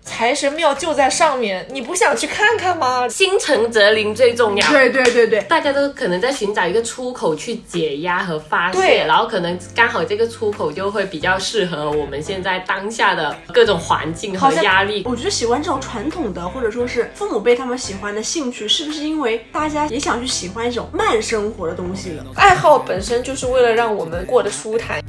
财神庙就在上面，你不想去看看吗？心诚则灵最重要。对对对对，大家都可能在寻找一个出口去解压和发对泄，然后可能刚好这个出口就会比较适合我们现在当下的各种环境和好像压力。我觉得喜欢这种传统的，或者说是父母辈他们喜欢的兴趣，是不是因为大家也想去喜欢一种慢生活的东西了？爱好本身就是为了让我们过得舒坦。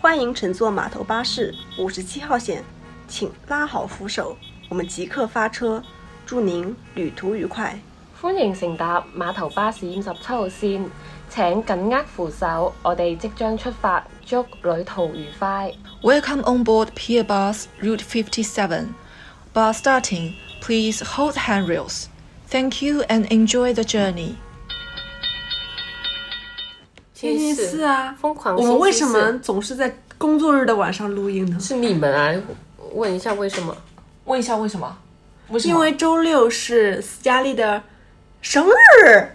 欢迎乘坐码头巴士五十七号线，请拉好扶手，我们即刻发车，祝您旅途愉快。歡迎乘搭碼頭巴士五十七號線，請緊握扶手，我哋即將出發，祝旅途愉快。 Welcome on board Pier Bus Route 57. Bus starting, please hold handrails. Thank you and enjoy the journey. 天气四啊，疯狂我星期四们为什么总是在工作日的晚上录音呢？是你们啊？问一下为什么？问一下为什么？为什么？因为周六是佳丽的生日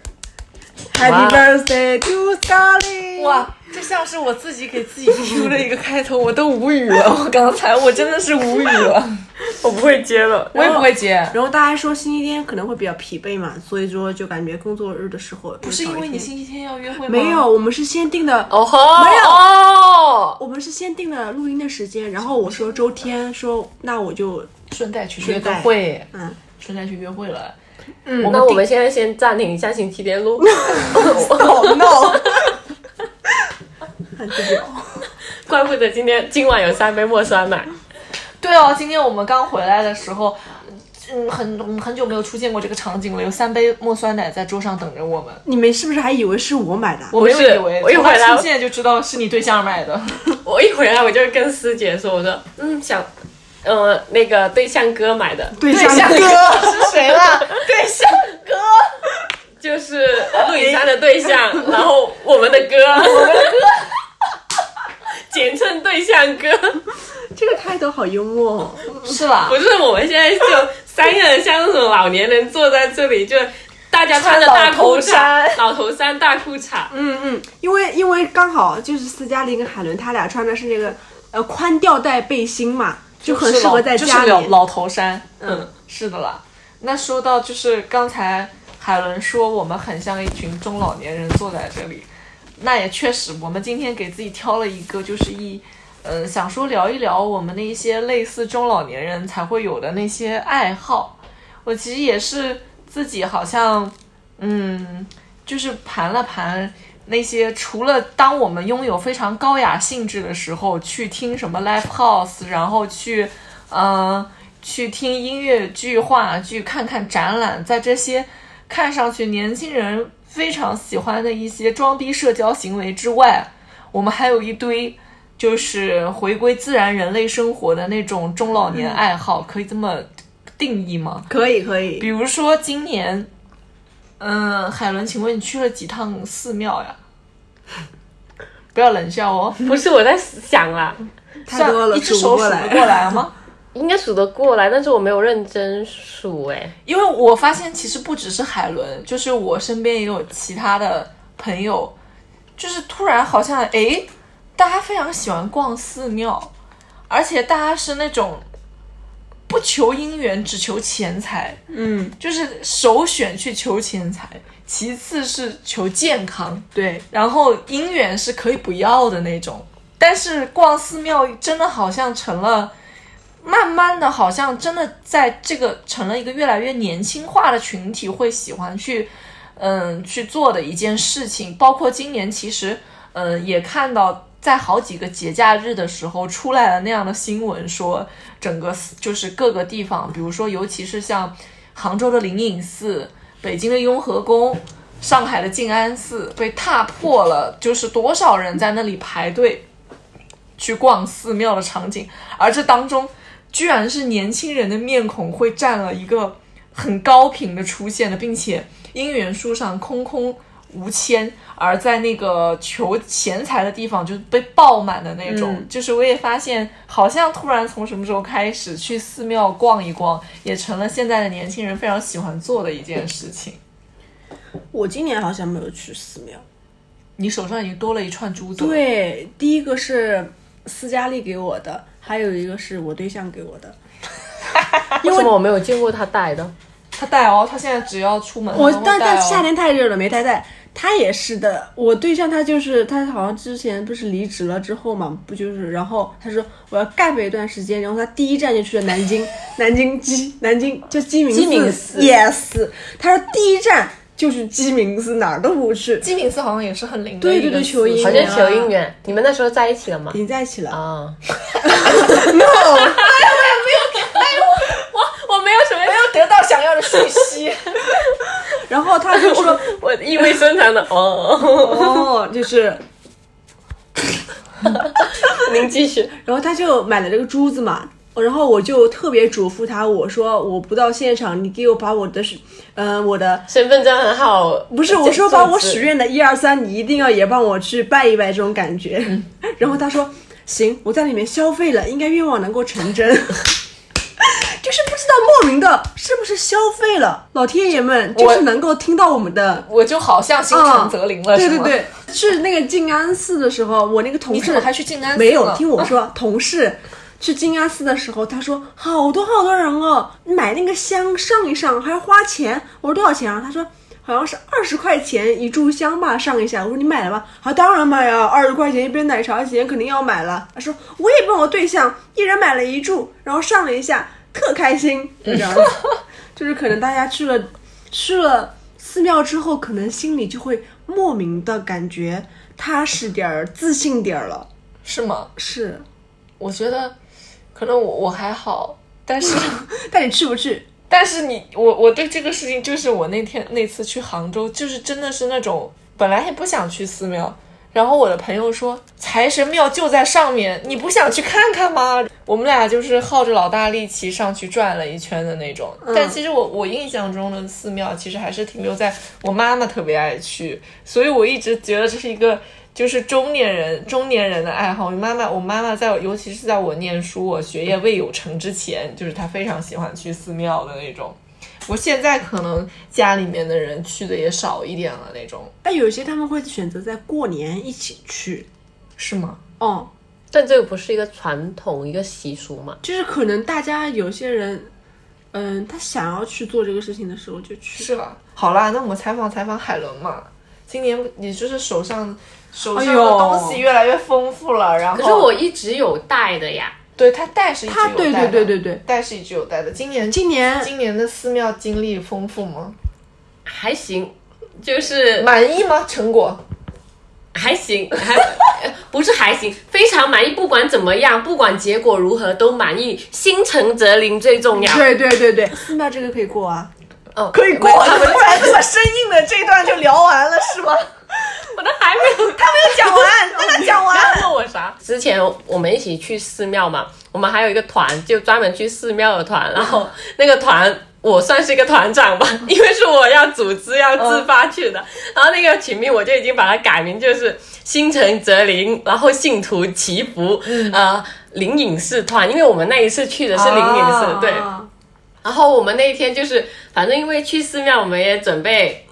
，Happy birthday to 佳丽！哇，这像是我自己给自己 Q 的一个开头，我都无语了。我刚才我真的是无语了，我不会接了。我也不会接。然后大家说星期天可能会比较疲惫嘛，所以说就感觉工作日的时候不不是因为你星期天要约会吗？没有，，我们是先定的，哦吼！没有哦，我们是先定的录音的时间，然后我说周天，说那我就顺带去约顺个带会，嗯，顺带去约会了。嗯那我们现在先暂停一下星期天 录，哦好闹，很自由。 怪不得今天今晚有三杯莫酸奶。对哦，今天我们刚回来的时候，嗯，很我们很久没有出现过这个场景了，有三杯莫酸奶在桌上等着我们。你们是不是还以为是我买的？我没有不是以为，我一从回他来出现就知道是你对象买的。我一回来我就跟师姐说，我说嗯想，呃那个对象哥买的，对 对象象哥是谁啦？对象哥，就是陆以山的对象，然后我们的歌，哎我们的歌，简称对象歌，这个开头好幽默、哦。是啦不，是我们现在就三个人像那种老年人坐在这里，就大家穿着大穿老裤头衩衫，老头衫大裤衩，嗯嗯，因为因为刚好就是斯嘉丽跟海伦他俩穿的是那个呃宽吊带背心嘛，就很适合在就家是里。老老头衫。嗯，是的啦。那说到就是刚才海伦说我们很像一群中老年人坐在这里，那也确实，我们今天给自己挑了一个就是一。嗯，想说聊一聊我们那些类似中老年人才会有的那些爱好。我其实也是自己好像，嗯，就是盘了盘那些除了当我们拥有非常高雅兴致的时候，去听什么 live house，然后去，嗯、去听音乐剧、话剧、看看展览，在这些看上去年轻人非常喜欢的一些装逼社交行为之外，我们还有一堆就是回归自然人类生活的那种中老年爱好，可以这么定义吗？可以可以，比如说今年，嗯，海伦，请问你去了几趟寺庙呀？ 不要冷笑哦，不是我在想啦，太多了，算一只数手不数过得过来。来吗？应该数得过来，但是我没有认真数哎、因为我发现其实不只是海伦，就是我身边也有其他的朋友，就是突然好像诶，大家非常喜欢逛寺庙，而且大家是那种不求姻缘，只求钱财，嗯，就是首选去求钱财，其次是求健康，对，然后姻缘是可以不要的那种，但是逛寺庙真的好像成了，慢慢的好像真的在这个成了一个越来越年轻化的群体会喜欢去，嗯，去做的一件事情。包括今年其实，嗯，也看到在好几个节假日的时候出来了那样的新闻，说整个寺就是各个地方，比如说尤其是像杭州的灵隐寺、北京的雍和宫。上海的静安寺被踏破了，就是多少人在那里排队去逛寺庙的场景，而这当中居然是年轻人的面孔会占了一个很高频的出现的，并且姻缘树上空空无签，而在那个求钱财的地方就被爆满的那种。嗯就是我也发现，好像突然从什么时候开始去寺庙逛一逛，也成了现在的年轻人非常喜欢做的一件事情。我今年好像没有去寺庙。你手上已经多了一串珠子。，对，第一个是斯嘉丽给我的，还有一个是我对象给我的。为什么我没有见过他带的？他戴哦，他现在只要出门，我他都会但戴但哦夏天太热了没太带，他也是的。我对象他就是他好像之前不是离职了之后嘛，不就是然后他说我要 gap 一段时间，然后他第一站就去了南 京，南京鸡，南京就鸡鸣鸡鸣寺 y e s 他说第一站就是鸡鸣寺，哪儿都不 去，鸡鸣寺好像也是很灵的对一个对对寺求姻好是像吗啊求姻缘。你们那时候在一起了吗已？经在一起 了。 啊，我我没有什么没有得到想要的信息，然后他就说我意味深长的哦， 哦，就是您继续。然后他就买了这个珠子嘛，然后我就特别嘱咐他，我说我不到现场，你给我把我的是，呃，我的身份证很好，不是，我说把我许愿的一二三，你一定要也帮我去拜一拜这种感觉。然后他说行，我在里面消费了，应该愿望能够成真。 就是不知道莫名的是不是消费了，老天爷们就是能够听到我们的我就好像心诚则灵了，嗯对是对吗，对，去那个静安寺的时候，我那个同你怎事么还去静安寺没有了听我说，同事去静安寺的时候，他说好多好多人哦，买那个香上一上还要花钱。我说多少钱啊？他说好像是二十块钱一炷香吧，上一下。我说你买了吗？啊，当然买啊，二十块钱一杯奶茶钱肯定要买了。他说我也帮我对象一人买了一炷，然后上了一下，特开 心，就这样子。就是可能大家去了去了寺庙之后，可能心里就会莫名的感觉踏实点儿、自信点儿了。是吗？是，我觉得可能我我还好，但是。 但你去不去？但是你，我我对这个事情，就是我那天那次去杭州，就是真的是那种本来也不想去寺庙，然后我的朋友说财神庙就在上面，你不想去看看吗？我们俩就是耗着老大力气上去转了一圈的那种。但其实我我印象中的寺庙其实还是停留在我妈妈特别爱去，所以我一直觉得这是一个。就是中年人，中年人的爱好。我妈妈，我妈妈在我，尤其是在我念书、我学业未有成之前，就是她非常喜欢去寺庙的那种。我现在可能家里面的人去的也少一点了，那种但有些他们会选择在过年一起去。是吗？哦、但这个不是一个传统，一个习俗嘛？就是可能大家有些人，嗯，他想要去做这个事情的时候就去。是吧？好啦，那我们采访采访海伦嘛。今年你就是手上手上哎的呦东西越来越丰富了，然后可是我一直有带的呀，对他带是一直有他带的，对对对对对，带是一直有带的。今年今年今年的寺庙经历丰富吗？还行，就是满意吗？成果？还行，还呃不是还行，非常满意。不管怎么样，不管结果如何，都满意，心诚则灵最重要。对对对对，啊寺庙这个可以过啊。嗯，可以过。突然这么生硬的这一段就聊完了是吗？我都还没有，他没有讲完，让他讲完。问我啥？之前我们一起去寺庙嘛，我们还有一个团，就专门去寺庙的团，然后那个团。我算是一个团长吧，因为是我要组织、要自发去的。然后那个群名我就已经把它改名，就是“心诚则灵”，然后信徒祈福，呃，灵隐寺团。因为我们那一次去的是灵隐寺，啊对。啊然后我们那一天就是，反正因为去寺庙，我们也准备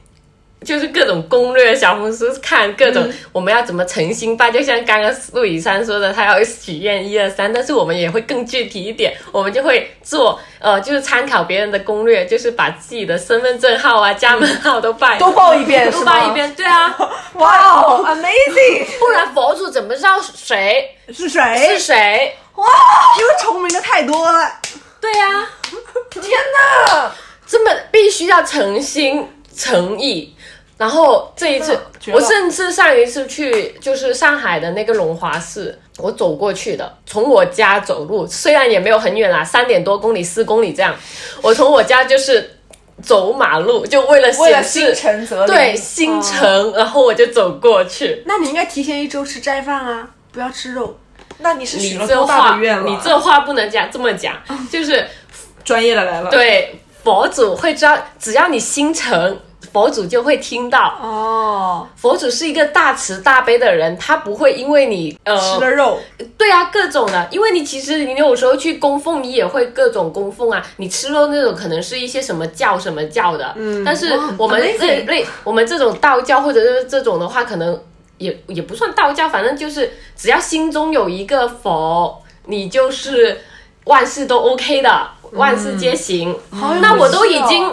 就是各种攻略，小红书看各嗯种我们要怎么诚心拜，就像刚刚陆以山说的，他要许愿一二三，但是我们也会更具体一点，我们就会做呃，就是参考别人的攻略，就是把自己的身份证号啊、家门号都拜都报一遍都是吗拜一遍，对啊，哇哦，amazing！不然佛祖怎么知道谁 是谁哎是？谁？因为重名的太多了。对呀、天哪，这么必须要诚心诚意。然后这一次，绝了我甚至上一次去就是上海的那个龙华寺，我走过去的，从我家走路，虽然也没有很远啦，三点多公里、四公里这样，我从我家就是走马路，就为了为了显心示诚则灵，对心哦诚，然后我就走过去。那你应该提前一周吃斋饭啊，不要吃肉。那你是许你了这多大话，的愿了？你这话不能讲这么讲，就是专业的来 了，，对佛祖会知道，只要你心诚，佛祖就会听到。哦，佛祖是一个大慈大悲的人，他不会因为你呃，吃了肉，对啊，各种的，因为你其实你有时候去供奉，你也会各种供奉啊。你吃肉那种可能是一些什么教什么教的，嗯，但是我们这类我们这种道教或者是这种的话，可能也也不算道教，反正就是只要心中有一个佛，你就是万事都 OK 的，万事皆行。那我都已经。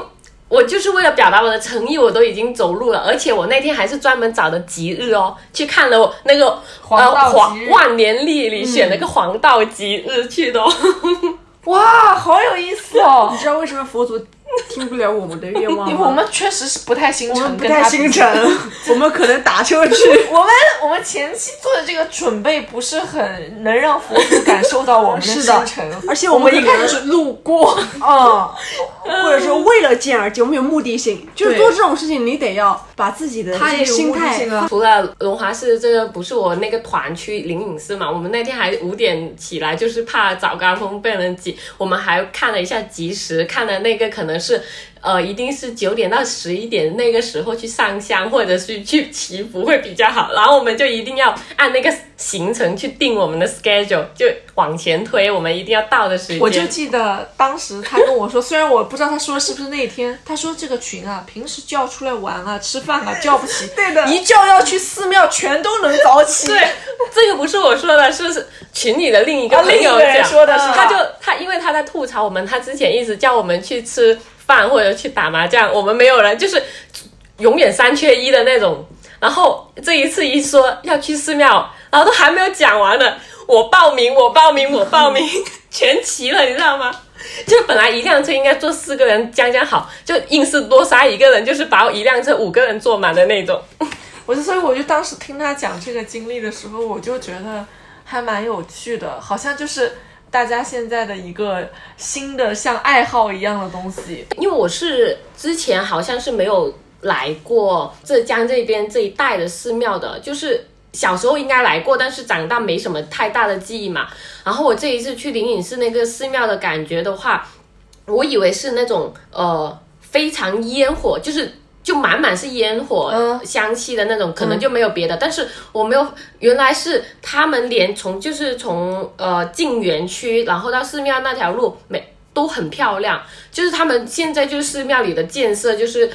我就是为了表达我的诚意，我都已经走路了，而且我那天还是专门找的吉日哦，去看了我那个黄道呃吉黄日万年历里选了个黄道吉日去的、哦。哇，好有意思哦你！知道为什么佛祖听不了我们的愿 望因为我吗？们确实是不太心我诚，们不太心诚， 我们可能打车去。我们我们前期做的这个准备不是很能让佛祖感受到我们 是心的诚，而且我我们们一看就是路过， 哦，或者说为了见而见，我们有目的性，就是做这种事情，你得要把自己的这个心态。啊。除了龙华寺，这个不是我那个团去灵隐寺嘛？我们那天还五点起来，就是怕早高峰被人挤。我们还看了一下即时，看了那个可能是，呃，一定是九点到十一点那个时候去上香，或者是去祈福会比较好。然后我们就一定要按那个行程去定我们的 schedule，就往前推，我们一定要到的时间。我就记得当时他跟我说， 虽然我不知道他说的是不是那一天，他说这个群啊，平时叫出来玩啊、吃饭 啊叫不起，对的一叫要去寺庙全都能早起。对，这个不是我说的，是是群里的另一个朋啊另一友个人讲嗯说的是吧他就他，因为他在吐槽我们，他之前一直叫我们去吃饭或者去打麻将，我们没有人，就是永远三缺一的那种。然后这一次一说要去寺庙，然后都还没有讲完呢，我报名，我报名，我报名， 全齐了，你知道吗？就本来一辆车应该坐四个人将将好，就硬是多塞一个人，就是把我一辆车五个人坐满的那种。我就所以我就当时听他讲这个经历的时候，我就觉得还蛮有趣的，好像就是大家现在的一个新的像爱好一样的东西。因为我是之前好像是没有来过浙江这边这一带的寺庙的，就是小时候应该来过，但是长大没什么太大的记忆嘛。然后我这一次去灵隐寺那个寺庙的感觉的话，我以为是那种呃非常烟火，就是。就满满是烟火、嗯香气的那种，可能就没有别的。但是我没有，原来是他们连从就是从呃进园区，然后到寺庙那条路，每都很漂亮。就是他们现在就是寺庙里的建设，就是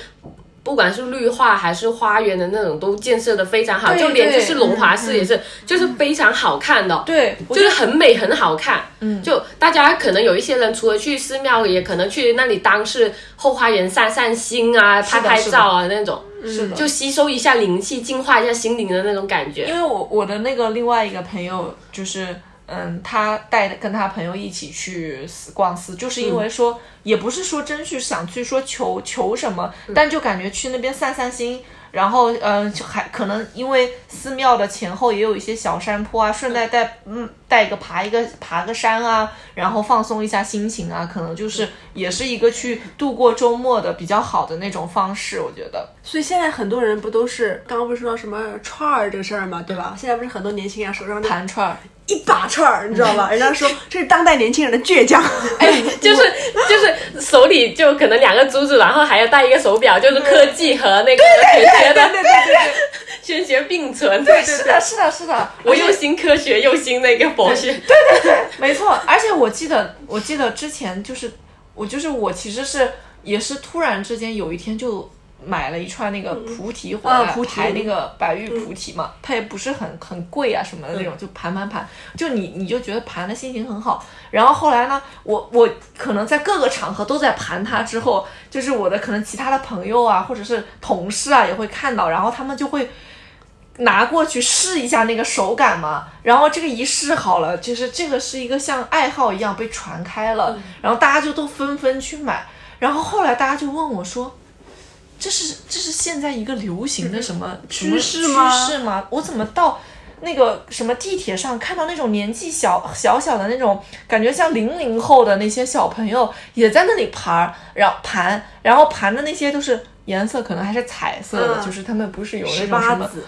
不管是绿化还是花园的那种，都建设的非常好，对就连对嗯就是龙华寺也是，就是非常好看的。对，我就是很美很好看，嗯，就大家可能有一些人除了去寺庙，也可能去那里当是后花园散散心啊，是拍的拍照啊那种，是的，就吸收一下灵气，净化一下心灵的那种感觉因。为我我的那个另外一个朋友就是。嗯，他带跟他朋友一起去寺逛寺，就是因为说、也不是说真是想去说求求什么，但就感觉去那边散散心，然后嗯，就还可能因为寺庙的前后也有一些小山坡啊，顺带带嗯带一个爬一个爬个山啊，然后放松一下心情啊，可能就是也是一个去度过周末的比较好的那种方式，我觉得。所以现在很多人不都是刚刚不是说到什么串儿这个事儿嘛，对吧？现在不是很多年轻人手上盘串儿，一把串儿，你知道吧？人 家说这是当代年轻人的倔强。 哎，就是就是手里就可能两个珠子，然后还要戴一个手表，就是科技和那个玄学的对对对。玄学并存。是的，是啊的，是的，我又新科学又新那个佛学，没错。而且我记得，我记得之前就是我就是我其实是也是突然之间有一天就买了一串那个菩提回来，啊菩提排那个白玉菩提嘛，它也不是很很贵啊什么的那种，嗯就盘盘盘，就你你就觉得盘的心情很好。然后后来呢，我我可能在各个场合都在盘它之后，就是我的可能其他的朋友啊，或者是同事啊也会看到，然后他们就会。拿过去试一下那个手感嘛，然后这个一试好了，就是这个是一个像爱好一样被传开了，嗯然后大家就都纷纷去买，然后后来大家就问我说，这是这是现在一个流行的什么趋势嗯吗趋势吗？我怎么到那个什么地铁上看到那种年纪小小小的那种，感觉像零零后的那些小朋友也在那里盘儿，然后盘，然后盘的那些都是颜色可能还是彩色的，嗯就是他们不是有那十种什八么。子，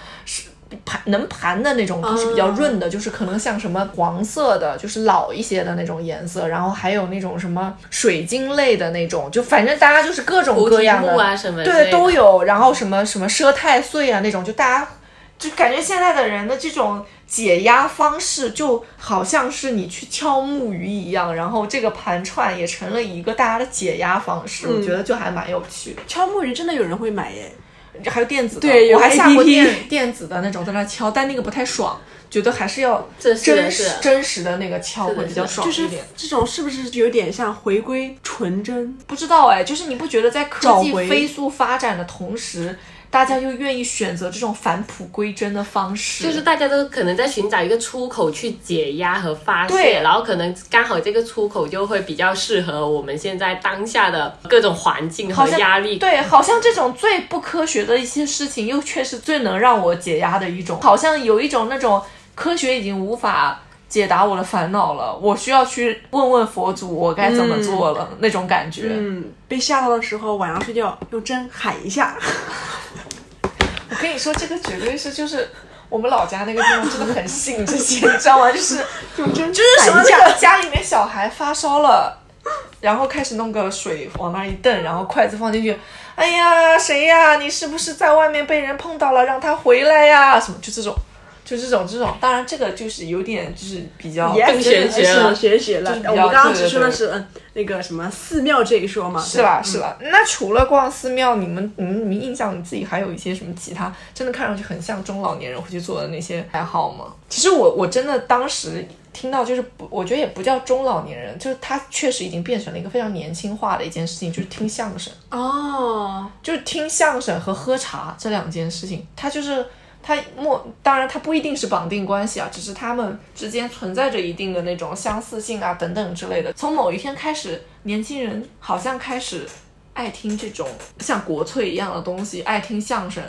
盘能盘的那种都是比较啊润的，就是可能像什么黄色的，就是老一些的那种颜色，然后还有那种什么水晶类的那种，就反正大家就是各种菩各提样的，木啊什么之类对的都有，然后什么什么奢太岁啊那种，就大家就感觉现在的人的这种解压方式，就好像是你去敲木鱼一样，然后这个盘串也嗯成了一个大家的解压方式，我觉得就还蛮有趣的。敲木鱼真的有人会买耶，还有电子的，对有我还下过 APP 电电子的那种，在那敲，但那个不太爽，觉得还是要这真是的实是的真实的那个敲是的会比较爽就一是点。这种是不是有点像回归纯真？不知道哎，就是你不觉得在科技找回飞速发展的同时，大家又愿意选择这种返璞归真的方式？就是大家都可能在寻找一个出口去解压和发泄，对然后可能刚好这个出口就会比较适合我们现在当下的各种环境和好像压力。对，好像这种最不科学的一些事情，又却是最能让我解压的一种，好像有一种那种科学已经无法。解答我的烦恼了，我需要去问问佛祖，我该怎么做了、那种感觉。嗯，被吓到的时候，晚上睡觉用针喊一下。 我跟你说，这个绝对是就是我们老家那个地方真的很信这些，你知道吗？就是用针就是什么喊那一下个家里面小孩发烧了，然后开始弄个水往那儿一瞪，然后筷子放进去，哎呀，谁呀？你是不是在外面被人碰到了？让他回来呀！什么就这种，就这种这种。当然，这个就是有点就是比较 Yeah，更玄学了是玄学了。啊就是比较我们刚刚对只对说的对是嗯那个什么寺庙这一说嘛，是吧？是吧？那除了逛寺庙，你们你们你们印象你自己还有一些什么其他真的看上去很像中老年人会去做的那些爱好吗？其实我我真的当时听到就是不，我觉得也不叫中老年人，就是他确实已经变成了一个非常年轻化的一件事情，就是听相声，对？哦，就是听相声和喝茶这两件事情，它就是。它莫当然，它不一定是绑定关系啊，只是他们之间存在着一定的那种相似性啊，等等之类的。从某一天开始，年轻人好像开始爱听这种像国粹一样的东西，爱听相声，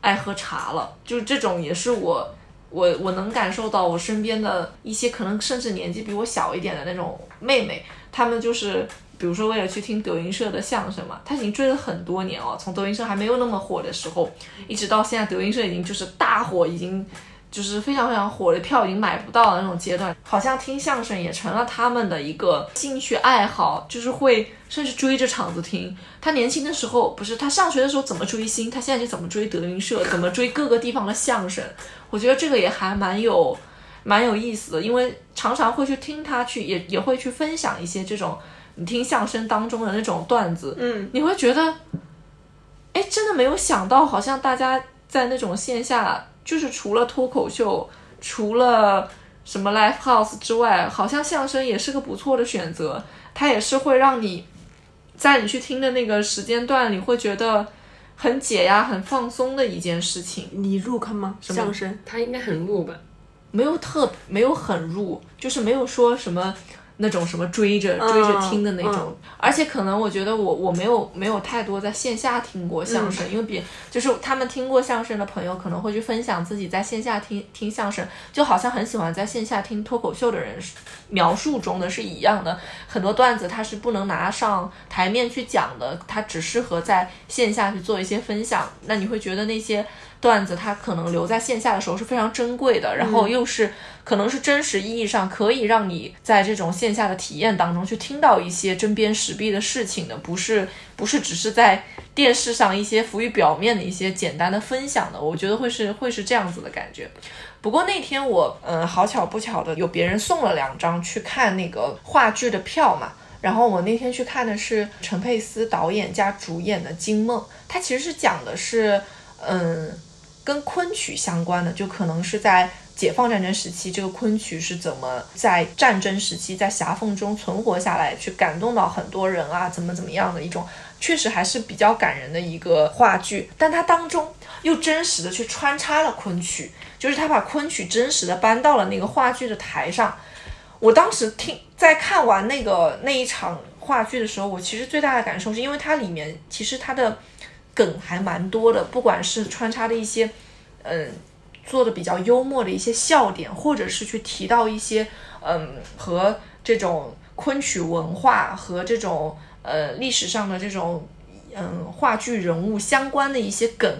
爱喝茶了。就是这种，也是我我我能感受到我身边的一些可能甚至年纪比我小一点的那种妹妹，她们就是比如说为了去听德云社的相声嘛，她已经追了很多年哦，从德云社还没有那么火的时候，一直到现在德云社已经就是大火，已经。就是非常非常火的票已经买不到的那种阶段，好像听相声也成了他们的一个兴趣爱好，就是会甚至追着场子听。他年轻的时候不是他上学的时候怎么追星，他现在就怎么追德云社，怎么追各个地方的相声。我觉得这个也还蛮有蛮有意思的，因为常常会去听他去，也也会去分享一些这种你听相声当中的那种段子，嗯，你会觉得，哎，真的没有想到，好像大家在那种线下，就是除了脱口秀，除了什么 live house 之外，好像相声也是个不错的选择，它也是会让你在你去听的那个时间段里会觉得很解压、很放松的一件事情。你入坑吗？相声他应该很入吧？没有特没有很入，就是没有说什么那种什么追着追着听的那种，嗯而且可能我觉得我我没有没有太多在线下听过相声，因为别就是他们听过相声的朋友可能会去分享自己在线下听听相声，就好像很喜欢在线下听脱口秀的人是描述中的是一样的，很多段子它是不能拿上台面去讲的，它只适合在线下去做一些分享。那你会觉得那些段子它可能留在线下的时候是非常珍贵的，然后又是可能是真实意义上可以让你在这种线下的体验当中去听到一些针砭时弊的事情的，不是不是只是在电视上一些浮于表面的一些简单的分享的，我觉得会是会是这样子的感觉。不过那天我嗯、呃好巧不巧的有别人送了两张去看那个话剧的票嘛，然后我那天去看的是陈佩斯导演加主演的《惊梦》，它其实是讲的是嗯跟昆曲相关的，就可能是在解放战争时期，这个昆曲是怎么在战争时期在狭缝中存活下来，去感动到很多人啊，怎么怎么样的一种，确实还是比较感人的一个话剧。但它当中又真实的去穿插了昆曲，就是他把昆曲真实的搬到了那个话剧的台上。我当时听在看完那个那一场话剧的时候，我其实最大的感受是因为它里面其实它的梗还蛮多的，不管是穿插的一些，嗯，做的比较幽默的一些笑点，或者是去提到一些，嗯，和这种昆曲文化和这种呃历史上的这种嗯话剧人物相关的一些梗，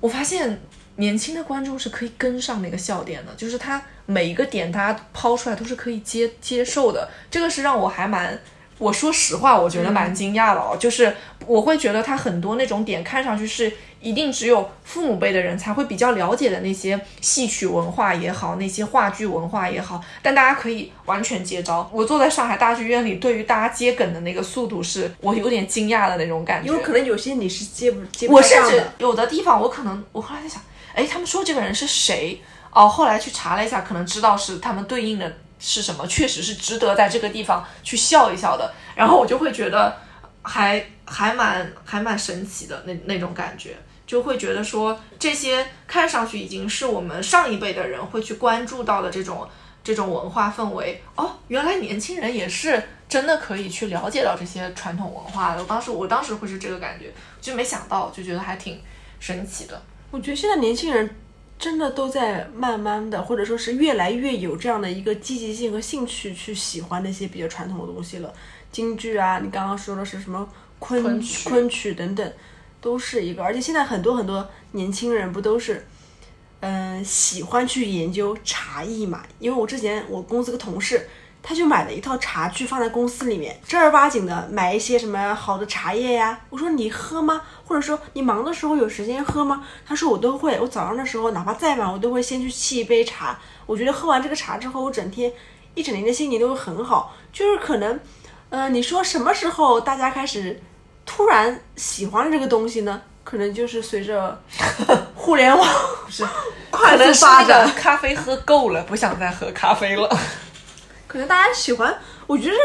我发现年轻的观众是可以跟上那个笑点的，就是他每一个点他抛出来都是可以接接受的，这个是让我还蛮我说实话，我觉得蛮惊讶的嗯哦。就是我会觉得他很多那种点看上去是一定只有父母辈的人才会比较了解的那些戏曲文化也好，那些话剧文化也好，但大家可以完全接招。我坐在上海大剧院里，对于大家接梗的那个速度是，我有点惊讶的那种感觉。因为可能有些你是接不接不我甚上至的，有的地方，我可能我后来在想，哎，他们说这个人是谁？哦，后来去查了一下，可能知道是他们对应的是什么，确实是值得在这个地方去笑一笑的。然后我就会觉得还还蛮还蛮神奇的那那种感觉，就会觉得说这些看上去已经是我们上一辈的人会去关注到的这种这种文化氛围。哦，原来年轻人也是真的可以去了解到这些传统文化的。我当时我当时会是这个感觉，就没想到，就觉得还挺神奇的。我觉得现在年轻人真的都在慢慢的，或者说是越来越有这样的一个积极性和兴趣去喜欢那些比较传统的东西了。京剧啊，你刚刚说的是什么昆昆曲昆曲等等，都是一个。而且现在很多很多年轻人不都是，嗯、喜欢去研究茶艺嘛？因为我之前我公司个同事。他就买了一套茶具放在公司里面，正儿八经的买一些什么好的茶叶呀。我说你喝吗？或者说你忙的时候有时间喝吗？他说我都会，我早上的时候哪怕再晚，我都会先去沏一杯茶。我觉得喝完这个茶之后，我整天一整年的心情都会很好。就是可能，呃，你说什么时候大家开始突然喜欢了这个东西呢？可能就是随着 互联网可快能速是发那展个，咖啡喝够了，不想再喝咖啡了。可能大家喜欢，我觉得，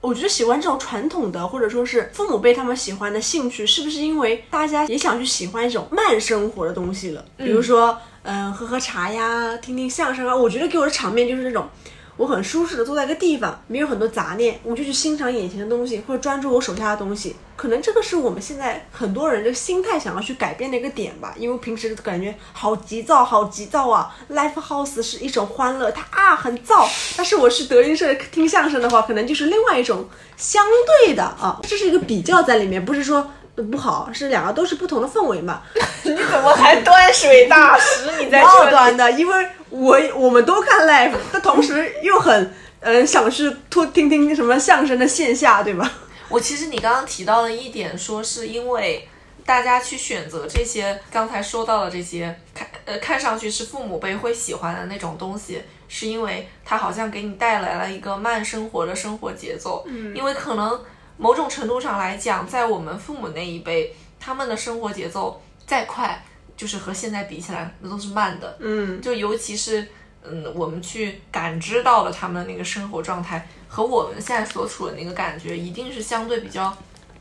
我觉得喜欢这种传统的，或者说是父母辈他们喜欢的兴趣，是不是因为大家也想去喜欢一种慢生活的东西了？比如说，嗯、喝喝茶呀，听听相声啊。我觉得给我的场面就是那种。我很舒适的坐在一个地方，没有很多杂念，我就去欣赏眼前的东西，或者专注我手下的东西。可能这个是我们现在很多人的心态想要去改变的一个点吧，因为平时感觉好急躁，好急躁啊！Life House 是一种欢乐，它啊很燥，但是我去德云社听相声的话，可能就是另外一种相对的啊，这是一个比较在里面，不是说呃不好，是两个都是不同的氛围嘛。你怎么还端水大师？你 在高这里端的，因为我我们都看 live，但同时又很呃想去多听听什么相声的线下，对吧？ 我其实你刚刚提到的一点，说是因为大家去选择这些刚才说到的这些看呃看上去是父母辈会喜欢的那种东西，是因为它好像给你带来了一个慢生活的生活节奏。嗯，因为可能某种程度上来讲，在我们父母那一辈，他们的生活节奏再快，就是和现在比起来，那都是慢的。嗯，就尤其是嗯，我们去感知到了他们的那个生活状态和我们现在所处的那个感觉，一定是相对比较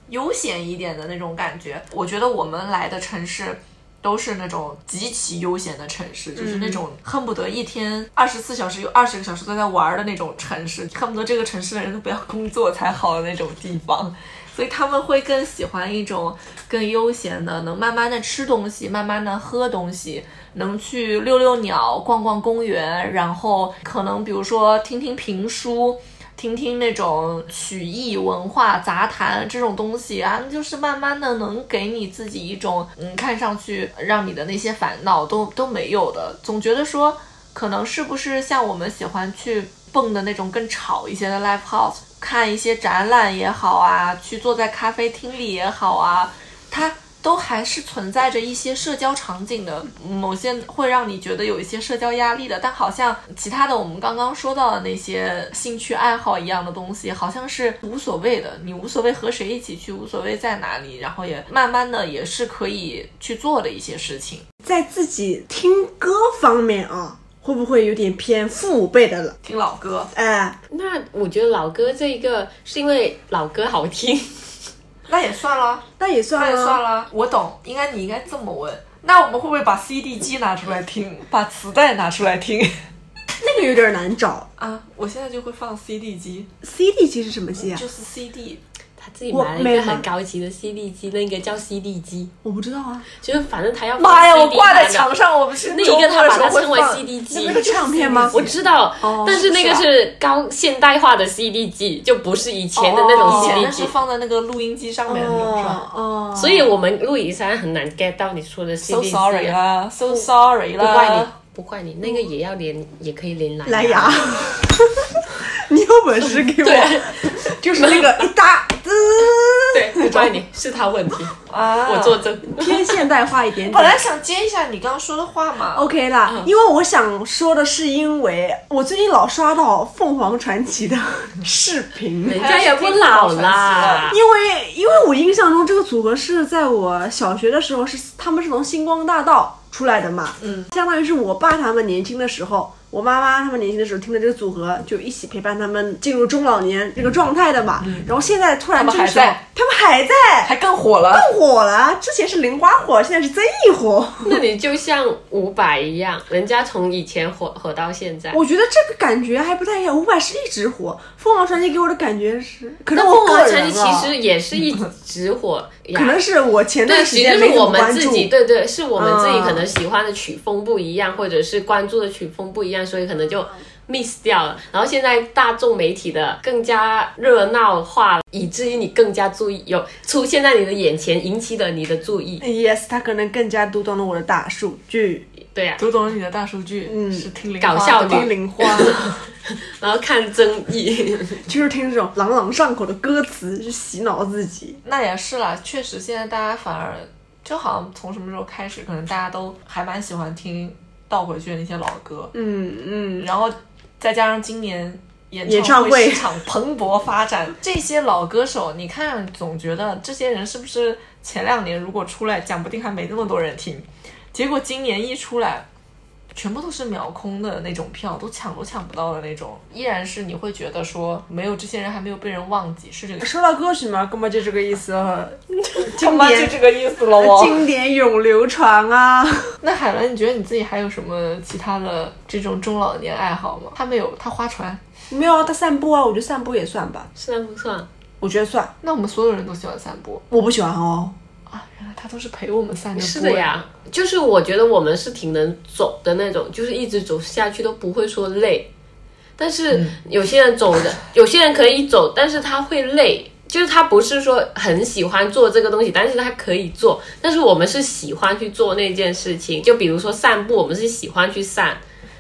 悠闲一点的那种感觉。我觉得我们来的城市。都是那种极其悠闲的城市，就是那种恨不得一天二十四小时有二十个小时都在玩的那种城市，恨不得这个城市的人都不要工作才好的那种地方。所以他们会更喜欢一种更悠闲的，能慢慢的吃东西，慢慢的喝东西，能去遛遛鸟、逛逛公园，然后可能比如说听听评书。听听那种曲艺文化杂谈这种东西啊，就是慢慢的能给你自己一种，嗯，看上去让你的那些烦恼都都没有的。总觉得说，可能是不是像我们喜欢去蹦的那种更吵一些的 live house，看一些展览也好啊，去坐在咖啡厅里也好啊，它都还是存在着一些社交场景的，某些会让你觉得有一些社交压力的，但好像其他的我们刚刚说到的那些兴趣爱好一样的东西，好像是无所谓的，你无所谓和谁一起去，无所谓在哪里，然后也慢慢的也是可以去做的一些事情。在自己听歌方面啊，会不会有点偏父母辈的了？听老歌，哎，那我觉得老歌这一个是因为老歌好听，那也算了，那也算啊那也了，算了，我懂，应该你应该这么问。那我们会不会把 CD 机拿出来听，把磁带拿出来听那个有点难找。啊？我现在就会放 CD 机， CD 机是什么机啊就？是 CD。他自己买了我没一有个吗很高级的 CD 机，那个叫 CD 机，我不知道啊，就是反正他要妈呀！放我 CD 挂在版的墙上，我不是那周末一个他的把时候它称会为放。 CD 那机不，是唱片吗？我知道，但是那个哦是啊是高现代化的 CD 机，就不是以前的那哦种以前那 CD 是机。放在那个录音机上面的，是吧哦哦，所以我们陆以山很难 get 到你说的 CD ？So 机、 sorry 啊。啦，So sorry 不怪你啦。，不怪你，那个也 要连，也可以连蓝蓝牙，你有本事给我对，就是那个一呃搭，滋对，不怪你，是他问 题，啊，我作证。偏现代化一点本来点。想接一下你刚刚说的话嘛。 OK 嗯啦，因为我想说的是，因为我最近老刷到凤凰传奇的视频，人家也不老 啦，因为因为我印象中这个组合是在我小学的时候是他们是从星光大道出来的嘛，嗯，相当于是我爸他们年轻的时候，我妈妈他们年轻的时候听的这个组合，就一起陪伴他们进入中老年这个状态的嘛。然后现在突然嗯他们这个还时候在，他们还在 还更火了。更火了，之前是零花火，现在是曾轶火。那你就像伍佰一样，人家从以前火火到现在。我觉得这个感觉还不太一样，伍佰是一直火，凤凰传奇给我的感觉是，可能那我凤个凰传人奇其啊实也是一直火呀，可能是我前段对，时其实间是没怎我么们关自注，己，对对，是我们自己嗯可能喜欢的曲风不一样，或者是关注的曲风不一样，所以可能就 miss 掉了。然后现在大众媒体的更加热闹化，以至于你更加注意，有出现在你的眼前，引起了你的注意。 Yes，他可能更加读懂了我的大数据，对啊呀、读懂了你的大数据，嗯是听零花搞笑对吧女听 零花，然后看争议， 就是听这种朗朗上口的歌词去洗脑自己。那也是啦，确实现在大家反而就好像从什么时候开始，可能大家都还蛮喜欢听倒回去的那些老歌，嗯嗯，然后再加上今年。演演唱会会市场蓬勃发 展，这些老歌手，你看，总觉得这些人是不是前两年如果出来，讲不定还没那么多人听，结果今年一出来，全部都是秒空的那种票，都抢都抢不到的那种，依然是你会觉得说，没有这些人还没有被人忘记，是这个，说到歌曲嘛，根本就这个意思了，他经妈就 典这个意思了哦， 经典永流传啊。 那海伦，你觉得你自己还有什么其他的这种中老年爱好吗？他没有，他划船。没有啊，他散步啊，我觉得散步也算吧，算不算？我觉得算。那我们所有人都喜欢散步我不喜欢哦，啊，原来他都是陪我们散着步。是的。呀，就是我觉得我们是挺能走的那种，就是一直走下去都不会说累。但是有些人走的，有些人可以走，但是他会累，就是他不是说很喜欢做这个东西，但是他可以做。但是我们是喜欢去做那件事情，就比如说散步，我们是喜欢去散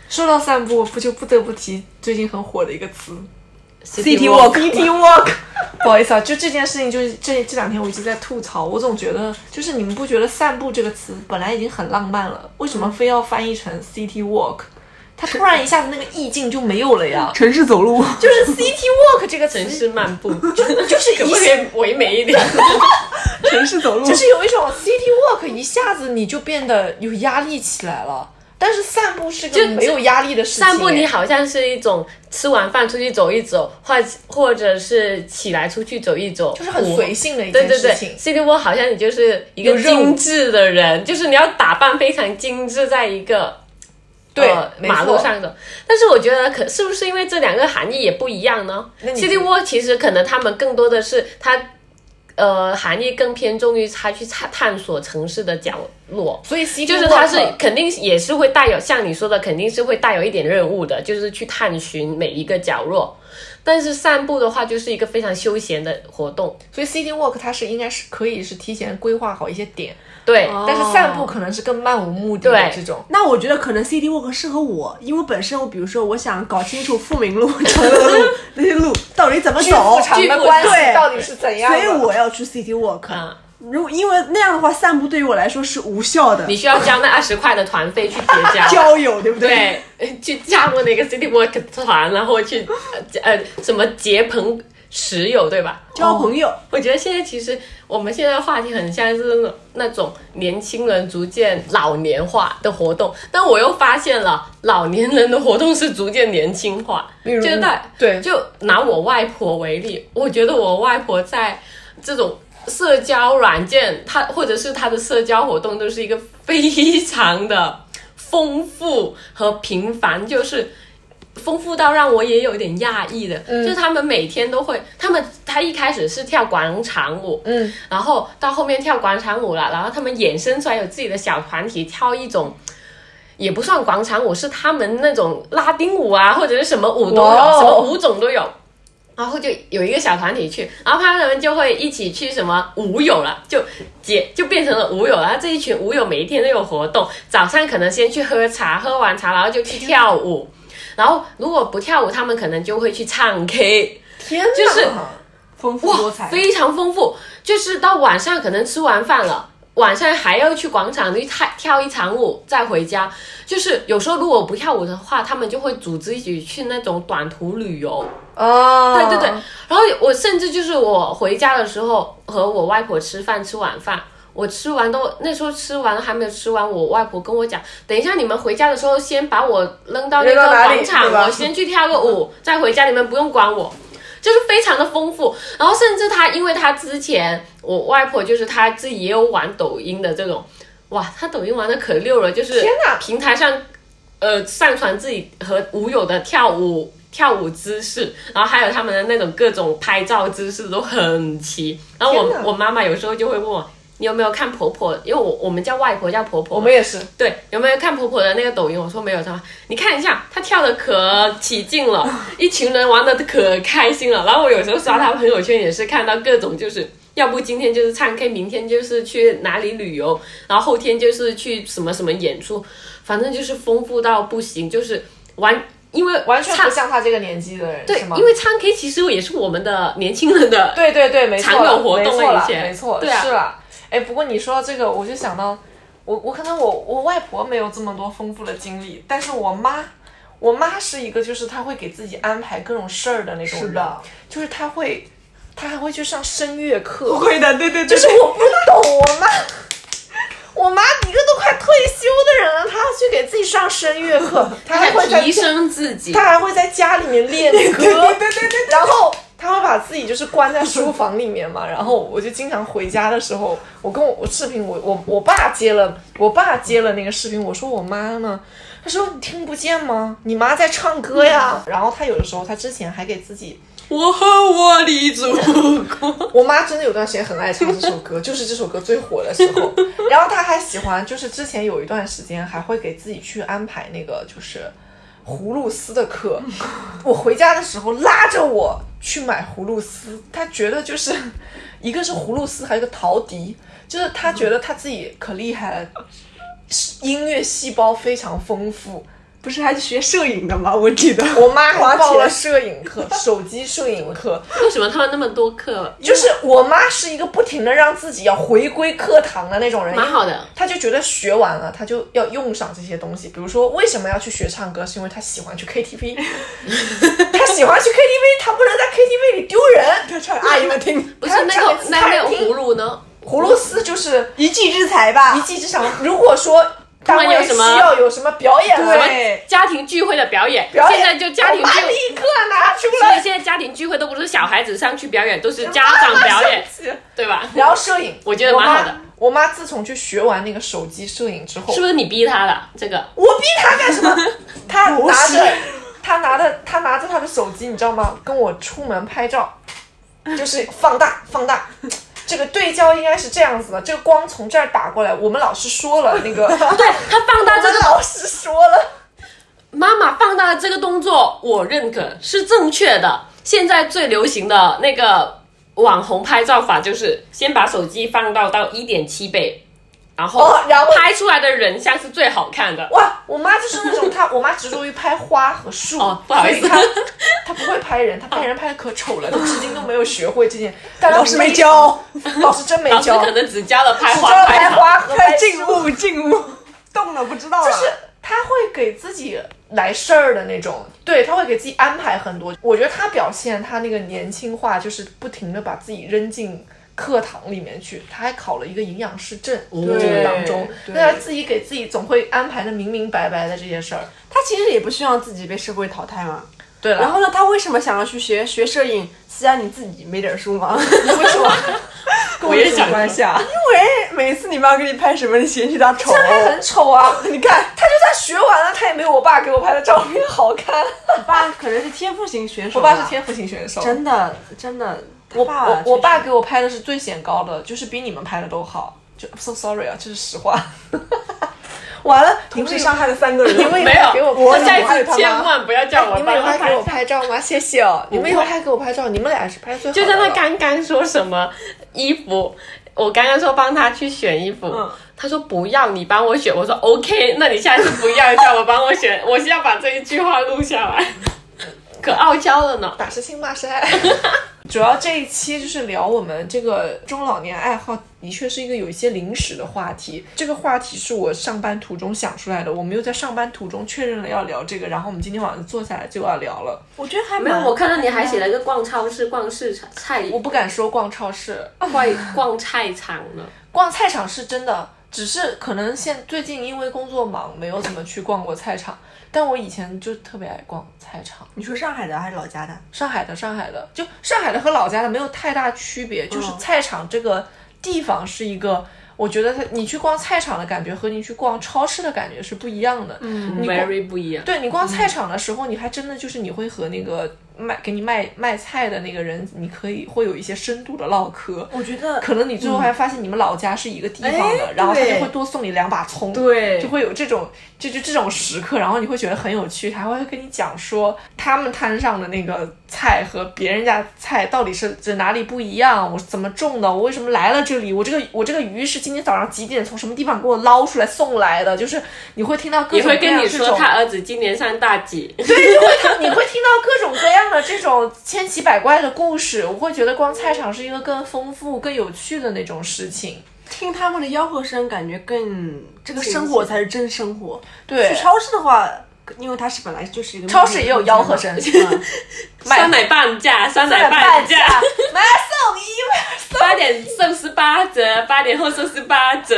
说到散步，不就不得不提最近很火的一个 词。 city Walk，City Walk，。不好意思啊，就这件事情，就是这这两天我一直在吐槽，我总觉得就是你们不觉得“散步”这个词本来已经很浪漫了，为什嗯么非要翻译成 “city walk”？它突然一下子那个意境就没有了呀 城市走 路，就是 “city walk” 这个词，城市漫 步，就是可一不可以唯美一点？城市 走路就是有一种 city walk 一下子你就变得有压力起来了。但是散步是个就没有压力的事情。散步你哎好像是一种吃完饭出去走一走，或或者是起来出去走一走，就是很随性的一对件对事对情。 ，City Walk 好像你就是 一有个任务精致的人，就是你要打扮非常精致，在一个对呃、没错马路上走。但是我觉得可是不是因为这两个含义也不一样呢那你？City Walk 其实可能他们更多的是它。呃，含义更偏重于他去探探索城市的角落，所以 city 就是 walk 它是肯定也是会带有像你说的，肯定是会带有一点任务的，就是去探寻每一个角落。但是散步的话，就是一个非常休闲的活动，所以 city walk 它是应该是可以是提前规划好一些点，对，但是散步可能是更漫无目的的哦对这种。那我觉得可能 City Walk 适合我，因为本身我比如说我想搞清楚富民路、崇德路那些路到底怎么走，长巨的富关系对到底是怎样所的？以我要去 City Walk。嗯如果因为那样的话，散步对于我来说是无效的你，需要交那二十块的团费去结交。交友对不对？对， 去加入那个 City Walk 团，然后去呃呃什么结朋识友，对吧？交朋友。 我觉得现在其实我们现在的话题很像是那种那种年轻人逐渐老年化的活动，但我又发现了老年人的活动是逐渐年轻化，如就在对就拿我外婆为例，我觉得我外婆在这种社交软件，她或者是她的社交活动都是一个非常的丰富和频繁，就是。丰富到让我也有点讶异的，嗯就是他们每天都会，他们他一开始是跳广场舞，嗯，然后到后面跳广场舞了，然后他们衍生出来有自己的小团体，跳一种也不算广场舞，是他们那种拉丁舞啊，或者是什么舞都有，哇哦什么舞种都有。然后就有一个小团体去，然后他们就会一起去什么舞友了，就结就变成了舞友了。然后这一群舞友每一天都有活动，早上可能先去喝茶，喝完茶然后就去跳舞，然后如果不跳舞，他们可能就会去唱 K。天哪！就是丰富多哇，彩，非常丰富。就是到晚上可能吃完饭了，晚上还要去广场去跳跳一场舞，再回家。就是有时候如果不跳舞的话，他们就会组织一起去那种短途旅游。哦，对对对，然后我甚至就是我回家的时候和我外婆吃饭吃晚饭，我吃完都那时候吃完了还没有吃完，我外婆跟我讲，等一下你们回家的时候先把我扔到那扔个到哪里广场，对吧我先去跳个舞，再回家，你们不用管我。就是非常的丰富，然后甚至她，因为她之前我外婆就是她自己也有玩抖音的这种，哇，她抖音玩的可溜了，就是天哪平台上呃上传自己和舞友的跳舞跳舞姿势，然后还有他们的那种各种拍照姿势都很齐。然后天我哪我妈妈有时候就会问我，你有没有看婆婆？因为我我们叫外婆叫婆婆，我们也是，对有没有看婆婆的那个抖音？我说没有，她说你看一下，她跳的可起劲 了，一群人玩的可开心了。然后我有时候刷她朋友圈也是看到各种就是。要不今天就是唱 K，明天就是去哪里旅游，然后后天就是去什么什么演出，反正就是丰富到不行，就是完，因为完全唱不像他这个年纪的人，对是吗，因为唱 K 其实也是我们的年轻人的，对对对，没错常啦，有活没动了错以啦，前没错，对啊是啦。哎，不过你说到这个，我就想到我我可能我我外婆没有这么多丰富的经历，但是我妈。我妈是一个，就是她会给自己安排各种事儿的那种人，是的就是她会，她还会去上声乐 课，不会的，对对对，就是我不懂我妈，我妈一个都快退休的人了，她要去给自己上声乐 课，她还会在提升自己他。还会在家里面练歌，对对对对对然后他会把自己就是关在书房里面嘛，然后我就经常回家的时候，我跟我我视频，我我我爸接了，我爸接了那个视频，我说我妈呢，他说你听不见吗？你妈在唱歌呀。然后他有的时候，他之前还给自己，我和我的祖国，我妈真的有段时间很爱唱这首歌， 就是这首歌最火的时候。然后她还喜欢，就是之前有一段时间还会给自己去安排那个就是葫芦丝的 课。我回家的时候拉着我去买葫芦丝，她觉得就是一个是葫芦丝，还有一个陶笛，就是她觉得她自己可厉害了，音乐细胞非常丰富。不是还学摄影的吗？我记得我妈还报花了钱摄影课，手机摄影课。 为什么他们那么多课？就是我妈是一个不停的让自己要回归课堂的那种人，蛮好的。她就觉得学完了，她就要用上这些东西。比如说，为什么要去学唱歌？是因为她喜欢去 KTV，她喜欢去 KTV，她不能在 KTV 里丢 人。哎唱阿姨们听，不是那还有个唱那那餐个厅葫芦呢？葫芦丝就是一技之才吧一，技之长。如果说单然位有需什么要有什么表演啊，对，家庭聚会的表演，表演现在就家庭我聚妈会，立刻拿出所以来。现在家庭聚会都不是小孩子上去表演，都是家长表 演，对吧？然后摄影，我觉得蛮好的我妈。我妈自从去学完那个手机摄影之后，是不是你逼他的这个？我逼他干 什么？他拿着，他拿着，他拿着他的手机，你知道吗？跟我出门拍照，就是放大放大。这个对焦应该是这样子的，这个光从这儿打过来。我们老师说了， 那个对他放大我这们个老师说了，妈妈放大的这个动作，我认可是正确的。现在最流行的那个网红拍照法，就是先把手机放到到一点七倍，然后哦然后拍出来的人像是最好看的。哇！我妈就是那种，她我妈执着于拍花和树，哦不好意思所以她她不会拍人，她拍人拍的可丑了，她至今都没有学会这件。但老师没非教，常，老师真没老师教，可能只教了拍只花教拍拍草花和拍进树步进步，动了不知道了，就是他会给自己来事儿的那种，对他会给自己安排很多。我觉得他表现他那个年轻化，就是不停的把自己扔进课堂里面去。他还考了一个营养师证，这个当中，对那他自己给自己总会安排的明明白白的这些事儿。他其实也不希望自己被社会淘汰嘛。对了，然后呢，他为什么想要去学学摄影？是啊，你自己没点数吗？为什么？我也 想关系啊，因为每次你妈给你拍什么，你嫌弃他丑。他很丑啊！ 你看，他就算学完了，他也没有我爸给我拍的照片好看。我爸可能是天赋型选手我吧，爸是天赋型选手，真的真的。啊我他爸我我爸确实给我拍的是最显高的，就是比你们拍的都好。就 so sorry 啊，这是实话。 完了，你同们时有伤害了三个人，你们没给我有，我下一我还有他次妈千万不要叫我你们有爸还爸给我拍。拍照吗？谢谢哦。你们有还给我拍照，你们俩是拍最好的就了。像他刚刚说什么衣服，我刚刚说帮他去选衣服，嗯他说不要你帮我选，我说 OK，那你下次不要叫我帮我选， 我 是要把这一句话录下来，可傲娇了呢。打是亲骂是爱。 主要这一期就是聊我们这个中老年爱好，的确是一个有一些临时的话题。这个话题是我上班途中想出来的，我们又在上班途中确认了要聊这个，然后我们今天晚上坐下来就要聊了。我觉得还没有，蛮我看到你还写了一个逛超市、逛市场、菜嗯我不敢说逛超市，逛逛菜场了。逛菜场是真的，只是可能现最近因为工作忙，没有怎么去逛过菜场。但我以前就特别爱逛菜场，你说上海的还是老家的？上海的上海的，就上海的和老家的没有太大区别，嗯就是菜场这个地方是一个。我觉得它你去逛菜场的感觉和你去逛超市的感觉是不一样的。嗯，你逛 very 不一样。对嗯你逛菜场的时候，你还真的就是你会和那个卖给你卖卖菜的那个人，你可以会有一些深度的唠嗑。我觉得可能你嗯最后还发现你们老家是一个地方的，哎然后他对就会多送你两把葱，对就会有这种就就这种时刻，然后你会觉得很有趣，还会跟你讲说他们摊上的那个菜和别人家菜到底是这哪里不一样，我是怎么种的，我为什么来了这里，我这个我这个鱼是今天早上几点从什么地方给我捞出来送来的，就是你会听到各也种各会样跟你这说种他儿子今年上大 几，对，就会听你会听到各种各样的这种千奇百怪的故事。我会觉得逛菜场是一个更丰富、更有趣的那种事情。听他们的吆喝声，感觉更这个生活才是真生活。对去，超市的话，因为它是本来就是一个超市也有吆喝声 嗯酸奶半价，酸奶半价，买送一八点送十八折，八点后送十八折。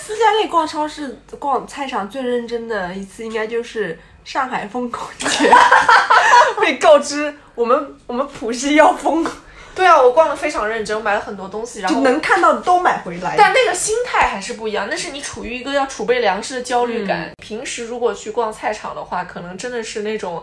私家内逛超市、逛菜场最认真的一次，应该就是上海封控节， 被告知我们我们浦西要封，对啊，我逛的非常认真，我买了很多东西，然就后。能看到的都买回来。但那个心态还是不一样，那是你处于一个要储备粮食的焦虑感。平时如果去逛菜场的话，可能真的是那种，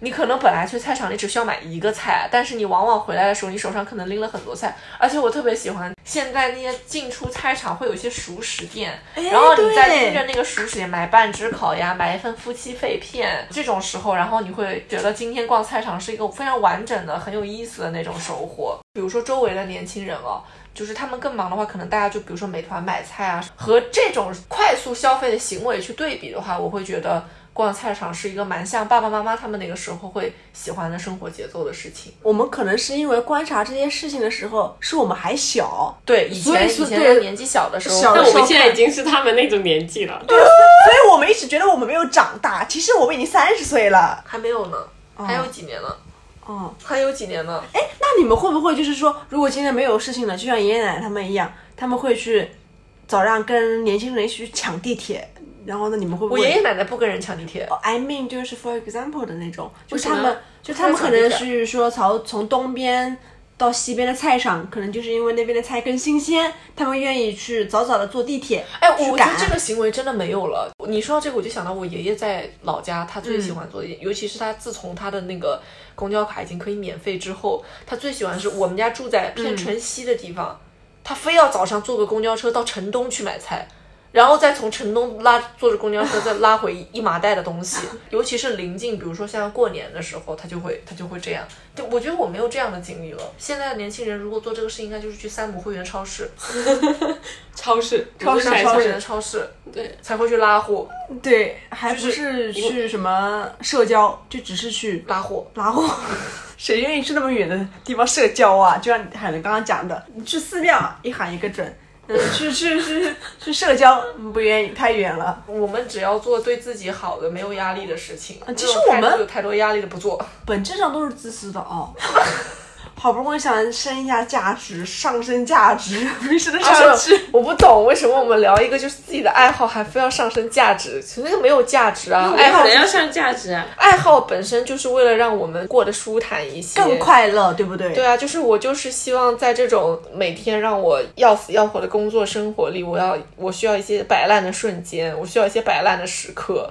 你可能本来去菜场你只需要买一个菜，但是你往往回来的时候，你手上可能拎了很多菜。而且我特别喜欢现在那些进出菜场会有一些熟食店，哎然后你再盯着那个熟食店买半只烤鸭，买一份夫妻肺片。这种时候，然后你会觉得今天逛菜场是一个非常完整的、很有意思的那种收获。比如说周围的年轻人哦，就是他们更忙的话，可能大家就比如说美团买菜啊，和这种快速消费的行为去对比的话，我会觉得逛菜场是一个蛮像爸爸妈妈他们那个时候会喜欢的生活节奏的事情。我们可能是因为观察这些事情的时候，是我们还小，对，以所前以以说前对人年纪小的时候，小那的我时候们现在已经是他们那种年纪了，对，所哎以我们一直觉得我们没有长大，其实我们已经三十岁了。还没有呢，还有几年呢？哦，还有几年呢？哎，那你们会不会就是说，如果今天没有事情了，就像爷爷奶奶他们一样，他们会去早上跟年轻人一起去抢地铁，然后呢，你们会不我会？爷爷奶奶不跟人抢地铁，哦 I mean 就是 for example 的那种，就是么他们就他们可能是说从从东边到西边的菜场，可能就是因为那边的菜更新鲜，他们愿意去早早的坐地铁。哎，去我觉赶得这个行为真的没有了。你说到这个，我就想到我爷爷在老家，他嗯最喜欢做的一件，尤其是他自从他的那个公交卡已经可以免费之后，他最喜欢是我们家住在嗯偏城西的地方，他非要早上坐个公交车到城东去买菜。然后再从城东拉坐着公交车，再拉回一一麻袋的东西，尤其是临近，比如说像过年的时候，他就会他就会这样。对，我觉得我没有这样的经历了。现在的年轻人如果做这个事，应该就是去三姆会员超市，超市，超不市是菜超会市员超市对，才会去拉货。对，还不就是去什么社交，就只是去拉货。拉货。 谁愿意去那么远的地方社交啊？就像海伦刚刚讲的，你去寺庙一喊一个准，嗯，去去去去社交嗯不愿意，太远了。我们只要做对自己好的、没有压力的事情。其这实种我太们多有太多压力的不做。本质上都是自私的哦。 好不容易想升一下价值，上升价值， 没升 得上去。我不懂为什么我们聊一个就是自己的爱好，还非要上升价值，其实那个没有价值啊。爱哎，好可能要上价值啊。爱好本身就是为了让我们过得舒坦一些，更。快乐，对不对？对啊，就是我就是希望在这种每天让我要死要活的工作生活里，我要我需要一些摆烂的瞬间，我需要一些摆烂的时刻，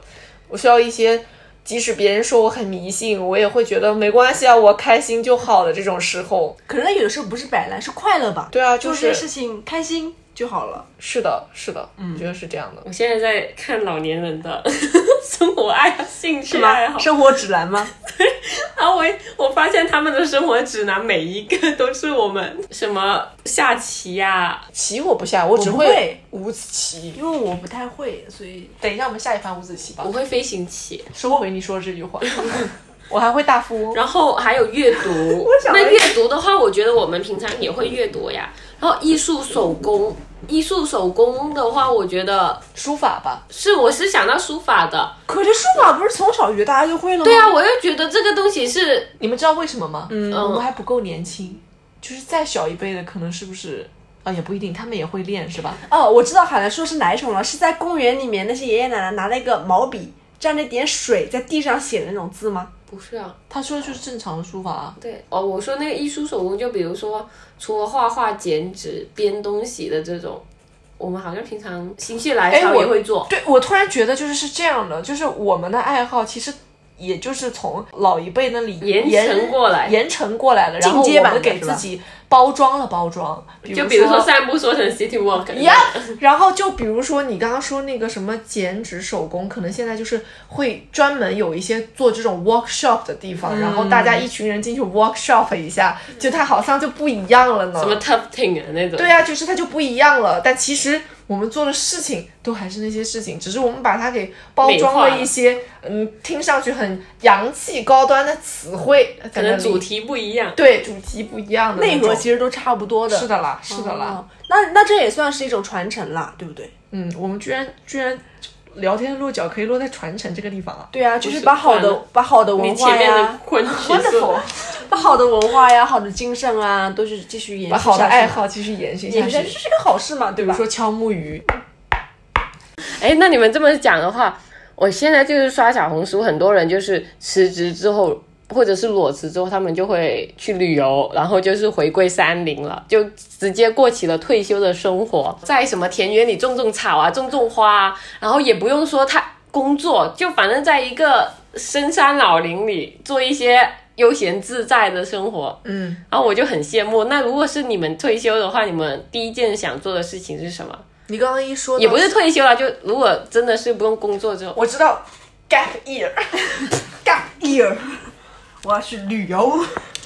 我需要一些即使别人说我很迷信，我也会觉得没关系啊，我开心就好的这种时候。可能有的时候不是摆烂，是快乐吧？对啊就做是这些事情开心就好了。是的，是的，嗯，觉得是这样的。我现在在看老年人的生活爱好、兴趣爱好，生活指南吗？然后我我发现他们的生活指南每一个都是我们什么下棋呀、棋我不下，我只不会五子棋。因为我不太会，所以等一下，我们下一盘五子棋吧我。会飞行棋，收回你说这句话。 我还会大富翁。然后还有阅读想。了一那下阅读的话，我觉得我们平常也会阅读呀。然后艺术手工，艺术手工的话，我觉得书法吧，是我是想到书法的。可是书法不是从小学大家就会了吗？对啊，我又觉得这个东西是你们知道为什么吗？嗯，我们还不够年轻，就是再小一辈的，可能是不是啊？也不一定，他们也会练是吧？哦，我知道海兰说是哪一种了，是在公园里面那些爷爷奶奶拿了一个毛笔蘸着点水在地上写的那种字吗？不是啊？他说的就是正常的书法啊。对哦，我说那个艺术手工，就比如说除了画画、剪纸、编东西的这种，我们好像平常心血来哎潮我也会做。对我突然觉得就是是这样的，就是我们的爱好其实也就是从老一辈那里延承过来延承过来的，然后进阶我版的们给是自吧己包装了包装，就比如说散步说成 city walk，呀，然后就比如说你刚刚说那个什么剪纸手工，可能现在就是会专门有一些做这种 workshop 的地方，然后大家一群人进去 workshop 一下，就它好像就不一样了呢。什么 tufting 啊那种。对呀、就是它就不一样了。但其实我们做的事情都还是那些事情，只是我们把它给包装美化了一些，嗯，听上去很洋气高端的词汇，可可能主题不一样，对主题不一样的那内种核其实都差不多的。是的啦，是的啦。哦，那那这也算是一种传承啦，对不对？嗯，我们居然居然聊天的落脚可以落在传承这个地方啊！对啊，就不是是把好算的了把好的你文化前面的呀，昆 曲说，把好的文化呀，好的精神啊，都是继续延续把好的下去爱好继续延续下延续，去这，是个好事嘛，对比如吧？说敲木鱼， 哎，那你们这么讲的话，我现在就是刷小红书，很多人就是辞职之后。或者是裸辞之后，他们就会去旅游，然后就是回归山林了，就直接过起了退休的生活，在什么田园里种种草啊，种种花啊，然后也不用说太工作，就反正在一个深山老林里做一些悠闲自在的生活。嗯，然后我就很羡慕。那如果是你们退休的话，你们第一件想做的事情是什么？你刚刚一说到也不是退休了，就如果真的是不用工作之后，我知道 gap year。 gap year，我要去旅游。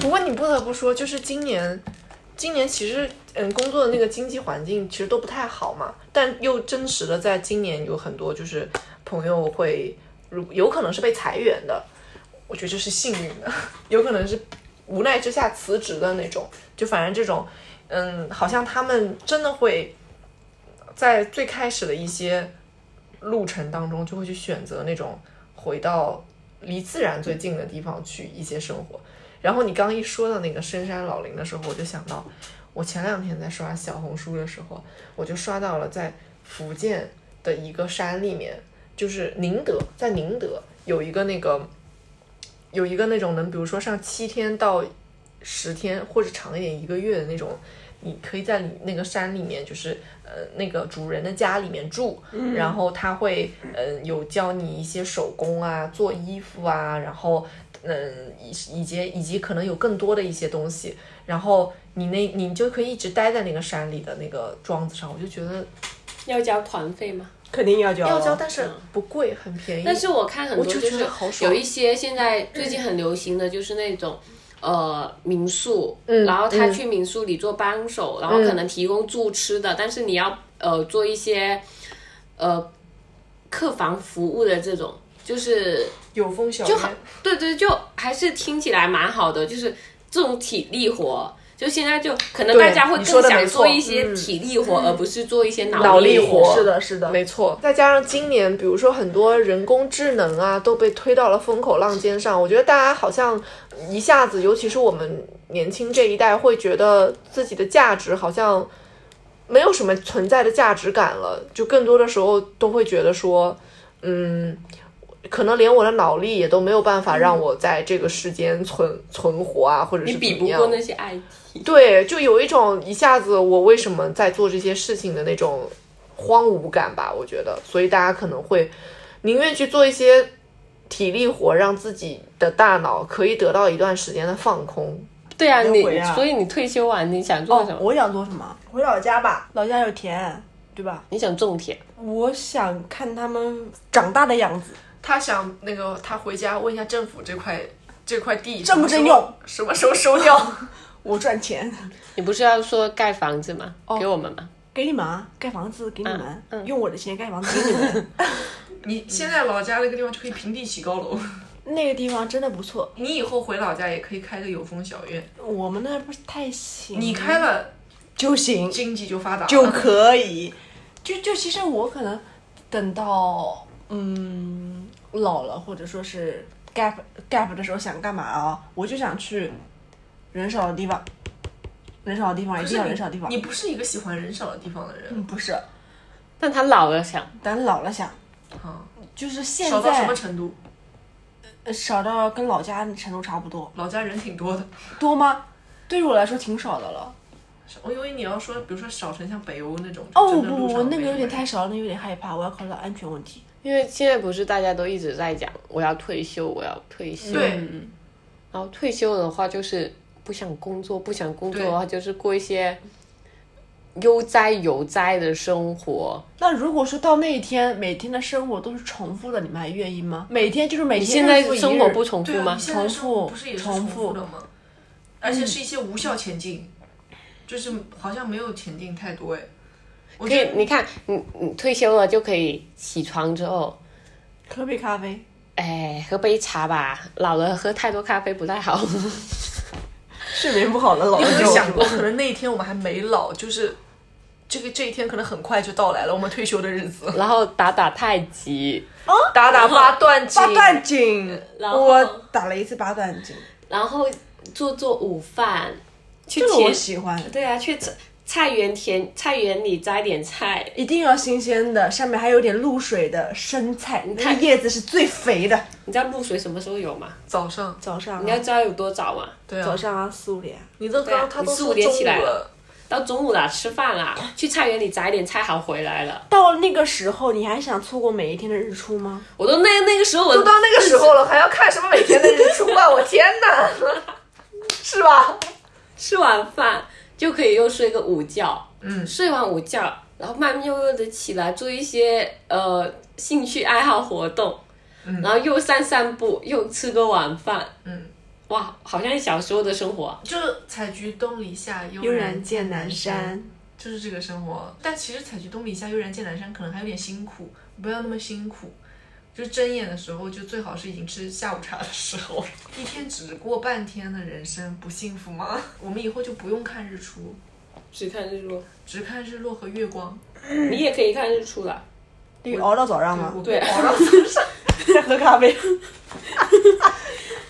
不过你不得不说，就是今年，今年其实嗯，工作的那个经济环境其实都不太好嘛，但又真实的在今年有很多就是朋友会如有可能是被裁员的，我觉得这是幸运的，有可能是无奈之下辞职的那种，就反正这种，嗯，好像他们真的会在最开始的一些路程当中，就会去选择那种回到离自然最近的地方去一些生活。然后你刚一说到那个深山老林的时候，我就想到，我前两天在刷小红书的时候，我就刷到了在福建的一个山里面，就是宁德，在宁德有一个那个，有一个那种能，比如说上七天到十天或者长一点一个月的那种，你可以在里那个山里面，就是呃那个主人的家里面住，然后他会嗯、呃有教你一些手工啊，做衣服啊，然后嗯以以及以及可能有更多的一些东西，然后你那你就可以一直待在那个山里的那个庄子上，我就觉得要交团费吗？肯定要交要交，但是不贵，很便宜。哦嗯但是我看很多我就就觉得是好爽有一些现在最近很流行的就是那种。呃，民宿，嗯然后他去民宿里做帮手，然后可能提供住吃的，但是你要呃做一些呃客房服务的这种，就是有风小就院好，对对，就还是听起来蛮好的，就是这种体力活。就现在就可能对大家会你说得更想没错嗯做一些体力活，而不是做一些脑脑力活是的，是的，没错，再加上今年，比如说很多人工智能啊，都被推到了风口浪尖上。我觉得大家好像一下子，尤其是我们年轻这一代，会觉得自己的价值好像没有什么存在的价值感了，就更多的时候都会觉得说，嗯。可能连我的脑力也都没有办法让我在这个世间存、存活啊，或者是你比怎么不样过那些 IT。对，就有一种一下子我为什么在做这些事情的那种荒芜感吧，我觉得，所以大家可能会宁愿去做一些体力活，让自己的大脑可以得到一段时间的放空。对啊，轮你回啊所以你退休完你想做什哦，么？我想做什么？回老家吧，老家有田，对吧？你想种田？我想看他们长大的样子，他想那个，他回家问一下政府这块这块地正不正用，什么时候 收掉？我赚钱，你不是要说盖房子吗？给我们吗？给你们啊，盖房子给你们嗯，嗯 用我的钱盖房子给你们。你现在老家那个地方就可以平地起高楼，那个地方真的不错。你以后回老家也可以开个有风小院，我们那儿不是太行，你开了就行经济就发达了。就可以。就就其实我可能等到嗯老了，或者说是 gap gap 的时候想干嘛啊？我就想去人少的地方，人少的地方一定可是要你人少的地方。你不是一个喜欢人少的地方的人，嗯不是，但他老了想，等老了想，啊，就是现少到什么在程度？呃少到跟老家的程度差不多，老家人挺多的。多吗？对于我来说挺少的了。我以哦为你要说，比如说少成像北欧那种，哦真不的路不不，上那个没有什么点太人少了，那个有点害怕，我要考虑到安全问题。因为现在不是大家都一直在讲我要退休，我要退休。对然后退休的话就是不想工作，不想工作对的话就是过一些悠哉悠哉的生活。那如果说到那一天，每天的生活都是重复的，你们还愿意吗？每天就是每你天现在日复一生活日不重复对啊，吗你？现在重生活复不是也是重重复复嗯的吗？而且是一些无效前进，就是好像没有前进太多哎。我可觉以得，你看，你你退休了就可以起床之后，喝杯咖啡，哎，喝杯茶吧。老了喝太多咖啡不太好。睡眠不好了，老你有了哎没 有就想过，可能那一天我们还没老，就是这个这一天可能很快就到来了，我们退休的日子，然后打打太极， 打打八段锦八，段锦，然后我打了一次八段锦，然后做做午饭，去这个我田喜欢，对啊，去菜菜园田菜园里摘点菜，一定要新鲜的，上面还有点露水的生菜，那个叶子是最肥的。你知道露水什么时候有吗？早上早上啊你要知道有多早吗？对啊，早上啊，四五点，你都对啊刚他都你四说五点中起午来了，到中午啦，吃饭啦，去菜园里摘点菜好回来了。到那个时候你还想错过每一天的日出吗？我都那那个时候我都到那个时候了，还要看什么每天的日出啊？我天 哪，是吧？吃完饭就可以又睡个午觉，嗯，睡完午觉，然后慢慢悠悠的起来做一些呃兴趣爱好活动，嗯，然后又散散步，又吃个晚饭，嗯，哇，好像小时候的生活啊。就是采菊东篱下，悠悠然见南山。就是这个生活。但其实采菊东篱下，悠然见南山，可能还有点辛苦，不要那么辛苦。就睁眼的时候，就最好是已经吃下午茶的时候。一天只过半天的人生，不幸福吗？我们以后就不用看日出，只看日落，只看日落和月光。你也可以看日出啦。你熬到早上吗？我哦对熬到早上，喝咖啡，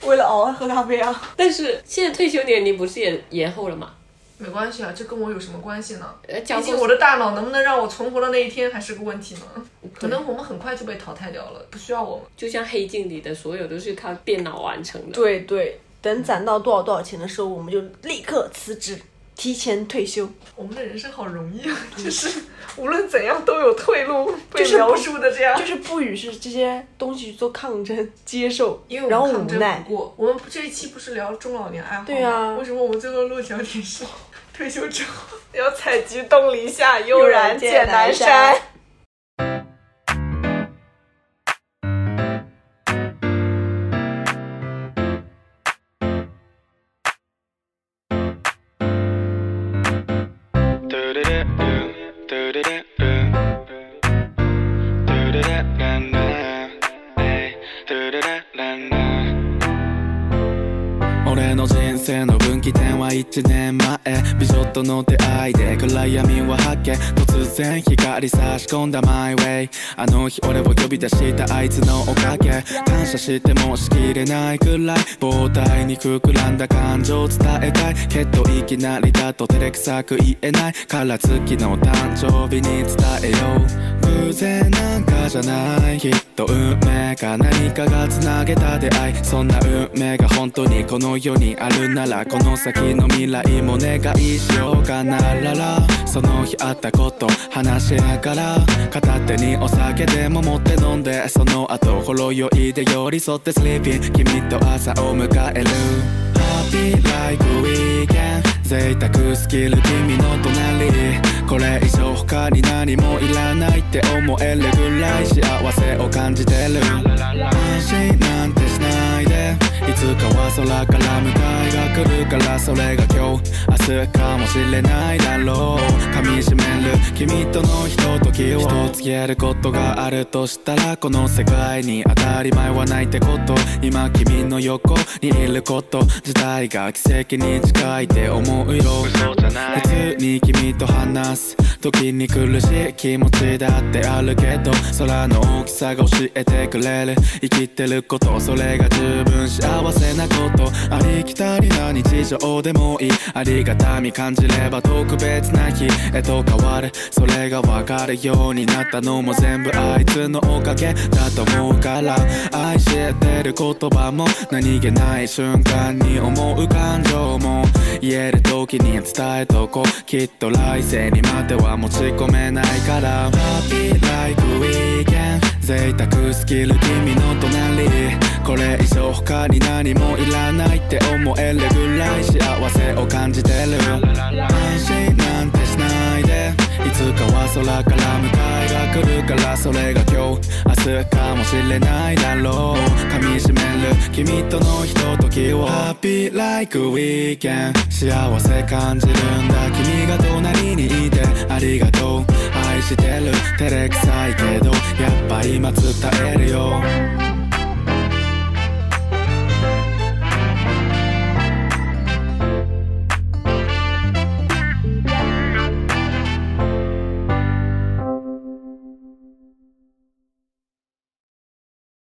为了熬喝咖啡啊。但是现在退休年龄不是也延后了吗？没关系啊，这跟我有什么关系呢？呃，交毕过竟我的大脑能不能让我存活到那一天还是个问题呢。可能我们很快就被淘汰掉了，不需要我们。就像黑镜里的所有都是靠电脑完成的。对对，等攒到多少多少钱的时候，我们就立刻辞职，提前退休。我们的人生好容易啊， 就是无论怎样都有退路，被就是不描述的这样。就是不与是这些东西做抗争、接受，因为然我后们抗无争奈不。过，我们这一期不是聊中老年爱好吗？对啊为什么我们最后落脚点是退休之后要采菊东篱下，悠然见南山。俺の人生の分岐点は1年前美女との出会いで暗闇ははけ突然光差し込んだマイウェイあの日俺を呼び出したあいつのおかげ感謝してもしきれないくらい膨大に膨らんだ感情を伝えたいけどいきなりだと照れくさく言えないから月の誕生日に伝えよう偶然なんかじゃないきっと運命か何かがつなげた出会いそんな運命が本当にこの世にあるならこの先の未来も願いしようかなららその日あったこと話しながら片手にお酒でも持って飲んでその後ほろ酔いで寄り添ってスリーピン君と朝を迎える Happy Like Weekend 贅沢スキル君の隣これ以上他に何もいらないって思えるぐらい幸せを感じてる安心なんてしないでいつかは空から迎えが来るからそれが今日明日かもしれないだろう噛みしめる君とのひとときを一つやることがあるとしたらこの世界に当たり前はないってこと今君の横にいること時代が奇跡に近いって思うよ普通に君と話す時に苦しい気持ちだってあるけど空の大きさが教えてくれる生きてることそれが十分幸せなことありきたりな日常でもいいありがたみ感じれば特別な日へと変わるそれが分かるようになったのも全部あいつのおかげだと思うから愛してる言葉も何気ない瞬間に思う感情も言える時に伝えとこうきっと来世にまでは持ち込めないから Happy like weekend 贅沢すぎる君の隣これ以上他に何もいらないって思えるぐらい幸せを感じてる安心なんてしないでいつかは空から迎えが来るからそれが今日明日かもしれないだろう噛みしめる君とのひとときを Happy like weekend 幸せ感じるんだ君が隣にいてありがとう愛してる照れくさいけどやっぱ今伝えるよ